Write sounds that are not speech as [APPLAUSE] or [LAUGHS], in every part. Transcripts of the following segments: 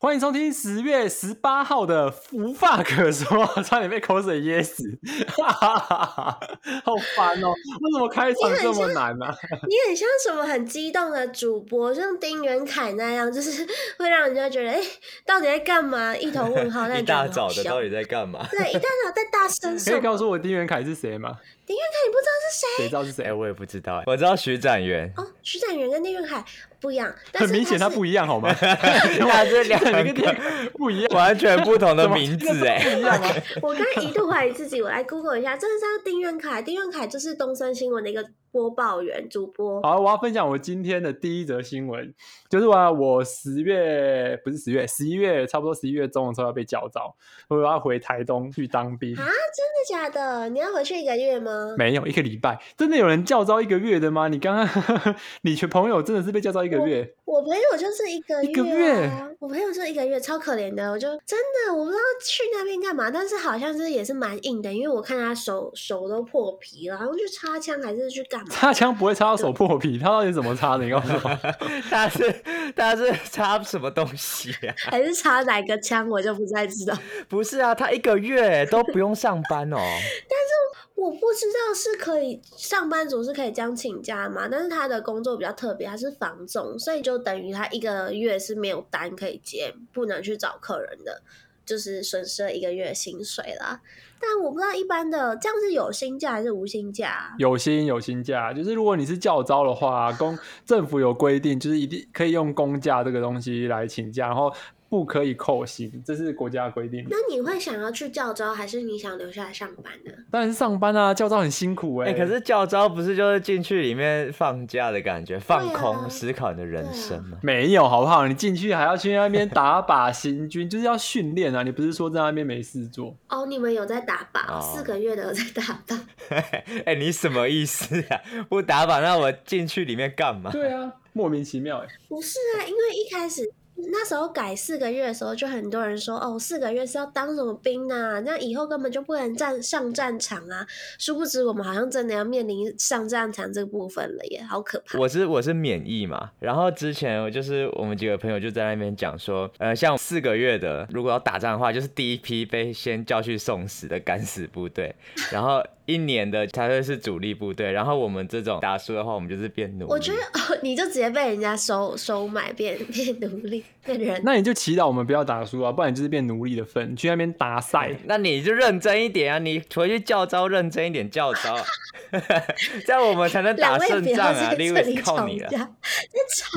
欢迎收听十月十八号的无话可说， [LAUGHS] 差点被口水噎死， [LAUGHS] 好烦哦！为什么开场这么难呢、啊？你很像什么很激动的主播，像丁元凯那样，就是 [LAUGHS] 会让人家觉得，哎、欸，到底在干嘛？一头 [LAUGHS] 问号，一大早的到底在干嘛？对，一大早在大声可以告诉我丁元凯是谁吗？丁元凯，你不知道是谁？谁知道是谁、欸？我也不知道、欸，我知道徐展元。哦，徐展元跟丁元凯不一样，但很明显他不一样，好 [LAUGHS] 吗？ [LAUGHS] 他这两个不一样， [LAUGHS] 完全不同的 [LAUGHS] 名字哎、欸，不一样吗？我刚一度怀疑自己，我来 Google 一下，这是叫丁元凯，丁元凯就是东森新闻的一个播报员主播。好，我要分享我今天的第一则新闻，就是我我十月不是十月，十一月差不多十一月中的时候要被叫到，我要回台东去当兵啊！真的假的？你要回去一个月吗？没有一个礼拜，真的有人叫招一个月的吗？你刚刚 [LAUGHS] 你全朋友真的是被叫招一个月我？我朋友就是一个月、啊，一个月，我朋友就一个月，超可怜的。我就真的我不知道去那边干嘛，但是好像是也是蛮硬的，因为我看他手手都破皮了，好像去插枪还是去干嘛？插枪不会插到手破皮，他到底怎么插的？你告诉我， [LAUGHS] [LAUGHS] 他是他是插什么东西啊？ [LAUGHS] 还是插哪个枪？我就不太知道。不是啊，他一个月都不用上班哦。 [LAUGHS] 但是。我不知道是可以上班族是可以这样请假吗？但是他的工作比较特别，他是房总，所以就等于他一个月是没有单可以接，不能去找客人的，就是损失了一个月薪水啦。但我不知道一般的这样是有薪假还是无薪假、啊？有薪有薪假，就是如果你是教招的话，啊公政府有规定，就是一定可以用公假这个东西来请假，然后。不可以扣薪，这是国家规定。那你会想要去教招，还是你想留下来上班呢？当然是上班啊，教招很辛苦哎、欸欸。可是教招不是就是进去里面放假的感觉，放空、啊、思考你的人生吗、 [LAUGHS] 啊？没有好不好？你进去还要去那边打靶行军，就是要训练啊！你不是说在那边没事做？ [LAUGHS] 哦，你们有在打靶，哦、四个月的有在打靶。哎欸，你什么意思啊？ [LAUGHS] 不打靶，那我进去里面干嘛？对啊，莫名其妙哎。不是啊，因为一开始。那时候改四个月的时候，就很多人说哦，四个月是要当什么兵啊？那以后根本就不能站上战场啊！殊不知我们好像真的要面临上战场这个部分了耶，好可怕！我是我是免疫嘛，然后之前我就是我们几个朋友就在那边讲说，呃，像四个月的如果要打仗的话，就是第一批被先叫去送死的敢死部队，然后。一年的才会是主力部队，然后我们这种打输的话，我们就是变奴。我觉得哦，你就直接被人家收收买，变变奴隶，变人。那你就祈祷我们不要打输啊，不然就是变奴隶的份，去那边打赛。哎那你就认真一点啊，你回去教招认真一点教招， [LAUGHS] 这样我们才能打胜仗啊！因为靠你了。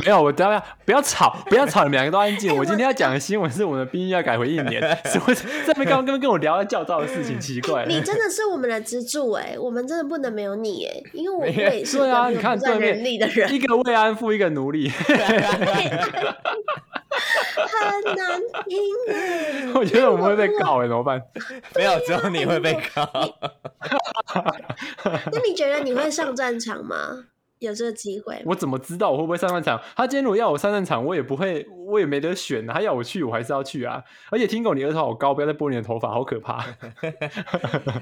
没有，我等下不要吵， [LAUGHS] 不要吵，你们两个都安静。我今天要讲的新闻是我们的兵役要改回一年， [LAUGHS] 什么在边刚刚跟我聊教招的事情， [LAUGHS] 奇怪。 [LAUGHS] 你真的是我们的支柱。哎，我们真的不能没有你哎，因为我也是对啊，你看对面力的 [LAUGHS] 人，一个慰安妇，一个奴隶， [LAUGHS] 很难听哎。我觉得我们会被告哎，怎么办？没有，只有你会被告。 [LAUGHS] 那你觉得你会上战场吗？ [LAUGHS] 有这个机会？我怎么知道我会不会上战场？他今天如果要我上战场，我也不会，我也没得选、啊。他要我去，我还是要去啊！而且听狗，你额头好高，不要再拨你的头发，好可怕。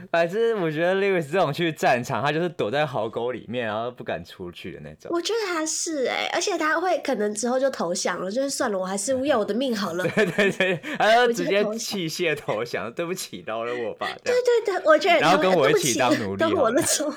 反正我觉得 Lewis 这种去战场，他就是躲在壕沟里面，然后不敢出去的那种。 [LAUGHS] 我觉得他是哎、欸，而且他会可能之后就投降了，就是算了，我还是要我的命好了。对对对，然后直接器械投降，对不起，饶了我吧。 [LAUGHS] 对对对，我觉得然后跟我一起当奴隶， [LAUGHS] 跟我那哎种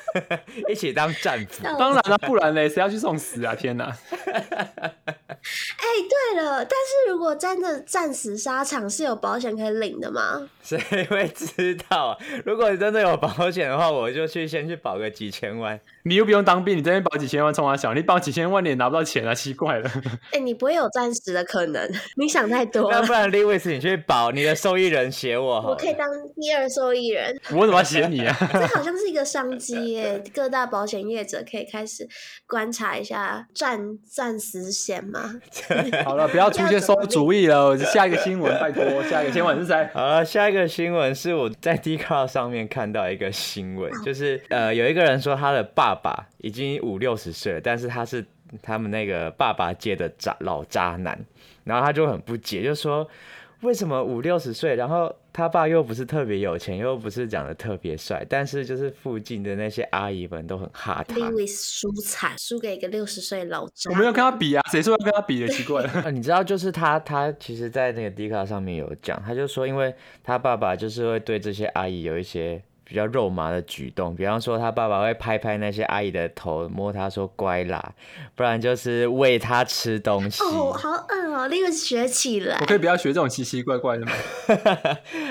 一起当战俘。当然了、啊。不然嘞，谁要去送死啊？天哪！哎、欸，对了，但是如果真的战死沙场是有保险可以领的吗？ [LAUGHS] 谁会知道啊？如果真的有保险的话，我就去先去保个几千万。你又不用当兵，你这边保几千万冲啊小，你保几千万你也拿不到钱啊， [LAUGHS] 奇怪了。哎、欸，你不会有战死的可能， [LAUGHS] 你想太多了。那不然 Lewis 你去保，你的受益人写我好。我可以当第二受益 [LAUGHS] 人。我怎么写你 [LAUGHS] 啊？这好像是一个商机耶，各大保险业者可以开始观察一下战战死险 [LAUGHS] 嘛。好了，不要出些馊主意了。下一个新闻，拜托，下一个新闻是谁？好了，下一个新闻是我在 d c a r 上面看到一个新闻，就是呃，有一个人说他的爸爸已经五六十岁了，但是他是他们那个爸爸界的渣老渣男，然后他就很不解，就说为什么五六十岁，然后他爸又不是特别有钱，又不是长得特别帅，但是就是附近的那些阿姨们都很哈他。 Lewis 输惨，输给一个六十岁老渣我。们要跟他比啊，谁说要跟他比的？奇怪了， [LAUGHS] 啊，你知道，就是他，他其实，在那个 D 卡上面有讲，他就说，因为他爸爸就是会对这些阿姨有一些比较肉麻的举动，比方说他爸爸会拍拍那些阿姨的头，摸她说乖啦，不然就是喂她吃东西。哦，好饿哦，Lewis 学起来我。可以不要学这种奇奇怪怪的吗？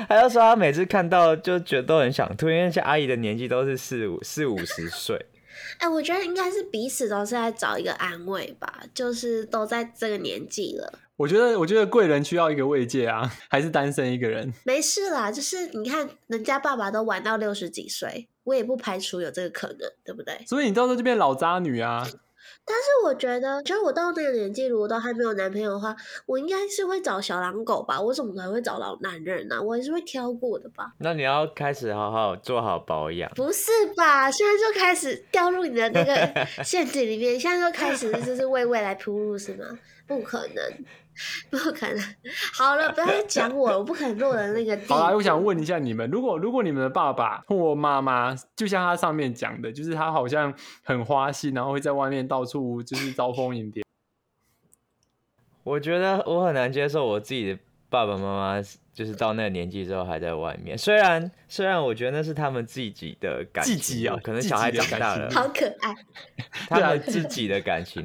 他就说他每次看到就觉得都很想吐，因为那些阿姨的年纪都是四五四五十岁。哎、我觉得应该是彼此都是在找一个安慰吧，就是都在这个年纪了，我觉得，我觉得贵人需要一个慰藉啊，还是单身一个人。没事啦。就是你看人家爸爸都玩到六十几岁，我也不排除有这个可能，对不对？所以你到时候就变老渣女啊！但是我觉得，就是我到那个年纪，如果都还没有男朋友的话，我应该是会找小狼狗吧？我怎么可能会找老男人呢、我还是会挑过的吧？那你要开始好好做好保养。不是吧？现在就开始掉入你的那 [LAUGHS] 个陷阱里面，现在就开始就是为未来铺路是吗？不可能，不可能。好了，不要再讲我了，我不可能落的那个地。好啦，我想问一下你们，如果如果你们的爸爸或妈妈，就像他上面讲的，就是他好像很花心，然后会在外面到处就是招蜂引蝶， [LAUGHS] 我觉得我很难接受我自己的爸爸妈妈，就是到那个年纪之后还在外面。虽然虽然我觉得那是他们自己的感情，自己哦可能小孩长大了自己，好可爱，他们自己的 [LAUGHS] 感情，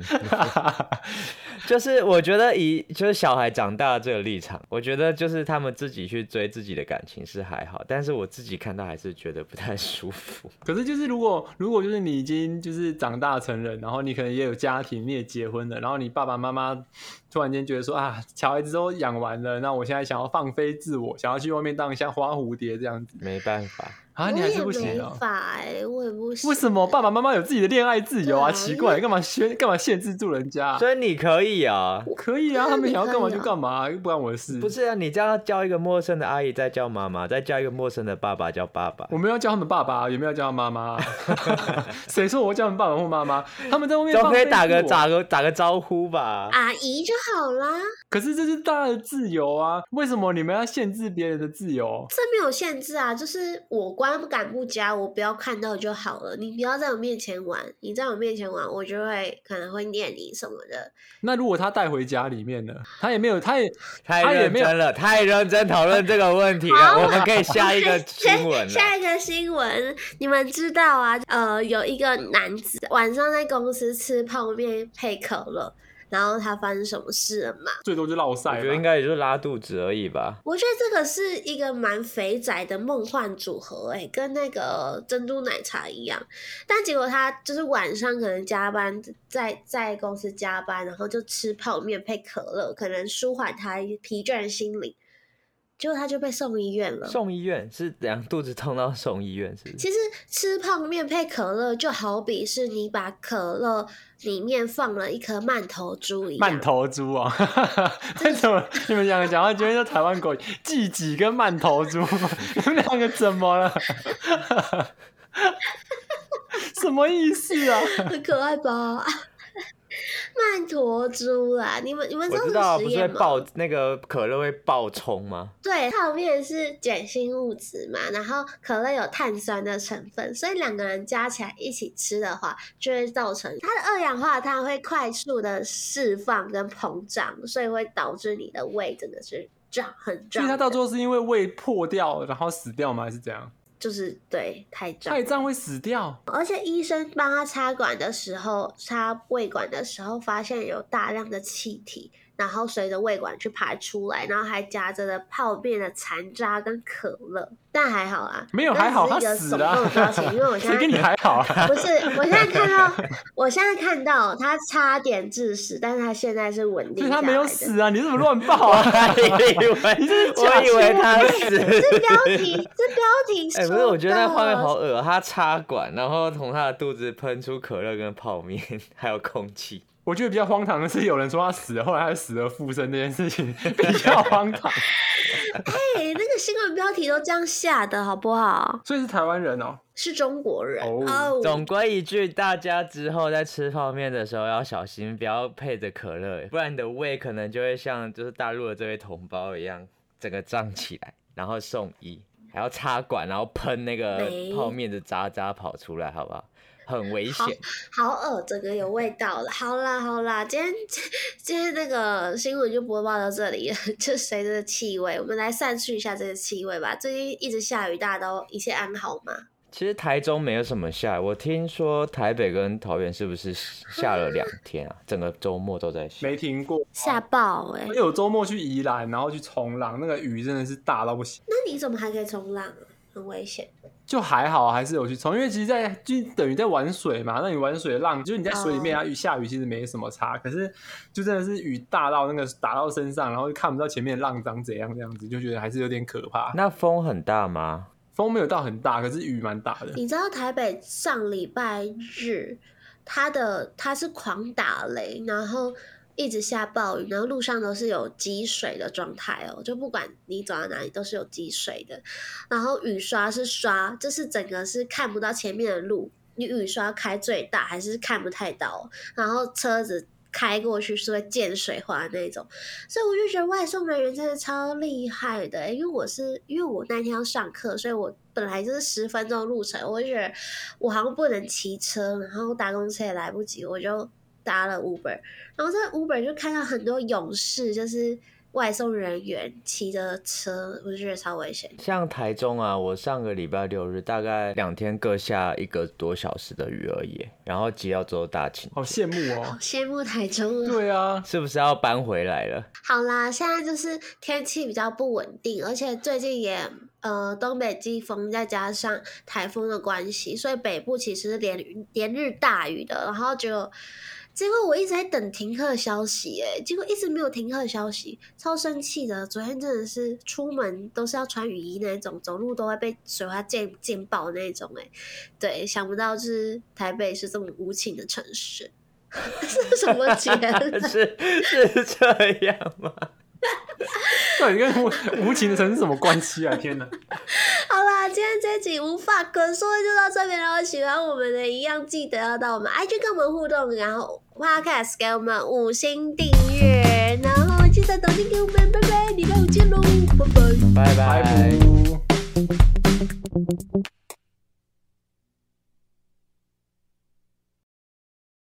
就是我觉得以就是小孩长大这个立场，我觉得就是他们自己去追自己的感情是还好，但是我自己看到还是觉得不太舒服。可是就是如果如果就是你已经就是长大成人，然后你可能也有家庭，你也结婚了，然后你爸爸妈妈突然间觉得说啊，小孩子都养完了，那我现在想要放飞自我，想要去外面当一下花蝴蝶这样子没办法， [LAUGHS] 啊，我你还是也不行没哦。法哎、我也不行。为什么爸爸妈妈有自己的恋爱自由啊？对啊奇因怪，为干嘛限干嘛限制住人家、啊？所以你可以啊、可以啊，对啊他们你想要可干嘛以就啊干嘛，又不关我的事。不，是啊，你这样叫一个陌生的阿姨，再叫妈妈，再叫一个陌生的爸爸叫爸爸。我没有要叫他们爸爸，也没有要叫他妈妈。 [LAUGHS] 谁说我叫他们爸爸或妈妈？他们在外面总放可以飞打自个我啊打个打个招呼吧。阿姨就好啦，可是这是大家的自由啊，为什么你们要限制别人的自由？这没有限制啊，就是我观感不佳，我不要看到就好了。你不要在我面前玩，你在我面前玩，我就会可能会念你什么的。那如果他带回家里面呢？他也没有，他也太认真了，太认真讨论这个问题了。好我们可以下一 [LAUGHS] 个下新闻了。下一个新闻，你们知道啊？呃，有一个男子晚上在公司吃泡面配可乐，然后他发生什么事了吗？最多就落我赛觉得应吧。该也就是拉肚子而已吧。我觉得这个是一个蛮肥宅的梦幻组合、欸，跟那个珍珠奶茶一样。但结果他就是晚上可能加班，在在公司加班，然后就吃泡面配可乐，可能舒缓他疲倦的心灵。结果他就被送医院了。送医院是怎样？肚子痛到送医院是不是？嗯其实吃泡面配可乐，就好比是你把可乐里面放了一颗曼头珠一 [LAUGHS] 样。慢头猪 [LAUGHS] 啊、哦！为什么你们两个讲话今天叫台湾狗季己跟慢头猪？ [LAUGHS] 你们两个怎么了？ [LAUGHS] 什么意思啊？ [LAUGHS] 很可爱吧？ [LAUGHS] 曼陀珠啦，你们你们知我道知什道么啊，不实是会验吗？爆那个可乐会爆冲 [LAUGHS] 吗？对，泡面是碱性物质嘛，然后可乐有碳酸的成分，所以两个人加起来一起吃的话，就会造成它的二氧化碳会快速的释放跟膨胀，所以会导致你的胃真的是胀很所胀以的。他到最后是因为胃破掉然后死掉吗？还是怎样？就是对太胀太。胀会死掉？而且医生帮他插管的时候，插胃管的时候，发现有大量的气体，然后随着胃管去排出来，然后还夹着的泡面的残渣跟可乐。但还好啦，没有那还好，只他是一个死耸了动的标题，因为我啊。现谁在跟你还好啊？不是，我现在看到，我现在看到他差点致死，但是他现在是稳定所以下他来的。没有死啊！你怎么乱报啊？我以为我以为他死。这标题，这标题 [LAUGHS] 哎、说不是，我觉得那到画面了好恶、啊，他插管，然后从他的肚子喷出可乐跟泡面，还有空气。我觉得比较荒唐的是，有人说他死了，后来他死而复生这件事情 [LAUGHS] 比较荒唐，哎、那个新闻标题都这样下的好不好？所以是台湾人哦。是中国人哦总归一句，大家之后在吃泡面的时候要小心，不要配着可乐，不然你的胃可能就会像就是大陆的这位同胞一样，整个胀起来。然后送医，还要插管，然后喷那个没泡面的渣渣跑出来，好不好？很危险好。好恶，整个有味道了。好啦好啦，今天 [LAUGHS] 今天那个新闻就播报到这里了，就随着气味，我们来散去一下这个气味吧。最近一直下雨，大家都一切安好吗？其实台中没有什么下，我听说台北跟桃园是不是下了两天啊？整个周末都在下。没停过。下暴哎、我有周末去宜兰，然后去冲浪，那个雨真的是大到不行。那你怎么还可以冲浪啊？很危险。就还好，啊还是有去冲，因为其实在，就等于在玩水嘛。那你玩水浪，就是你在水里面啊，雨下雨其实没什么差，可是就真的是雨大到那个打到身上，然后就看不到前面的浪长怎样这样子，就觉得还是有点可怕。那风很大吗？风没有到很大，可是雨蛮大的。你知道台北上礼拜日，它的它是狂打雷，然后一直下暴雨，然后路上都是有积水的状态哦，就不管你走到哪里都是有积水的。然后雨刷是刷，就是整个是看不到前面的路，你雨刷开最大还是看不太到哦，然后车子。开过去是会溅水花那种，所以我就觉得外送人员真的超厉害的、欸因为我是因为我那天要上课，所以我本来就是十分钟的路程，我就觉得我好像不能骑车，然后搭公车也来不及，我就搭了 Uber，然后在 Uber 就看到很多勇士，就是外送人员骑着车，我就觉得超危险。像台中啊，我上个礼拜六日大概两天各下一个多小时的雨而已，然后接到之后大晴，好羡慕好哦！羡慕台中啊！对啊，是不是要搬回来 [LAUGHS] 了？ [LAUGHS] 好啦，现在就是天气比较不稳定，而且最近也呃东北季风再加上台风的关系，所以北部其实是连连日大雨的。然后就结果我一直在等停课的消息、欸，结果一直没有停课的消息，超生气的。昨天真的是出门都是要穿雨衣那一种，走路都会被水花溅溅爆那一种、欸，哎，对，想不到就是台北是这么无情的城市。 [LAUGHS] 是什么节日？是是这样吗？ [LAUGHS] 到底跟无无情的城市什么关系啊？天哪！ [LAUGHS] 好啦，今天这集无话可说就到这边了。喜欢我们的，一样记得要到我们 IG 跟我们互动，然后 Podcast 给我们五星订阅，然后记得抖音给我们，拜拜，礼拜五见喽，拜拜。拜拜拜。拜。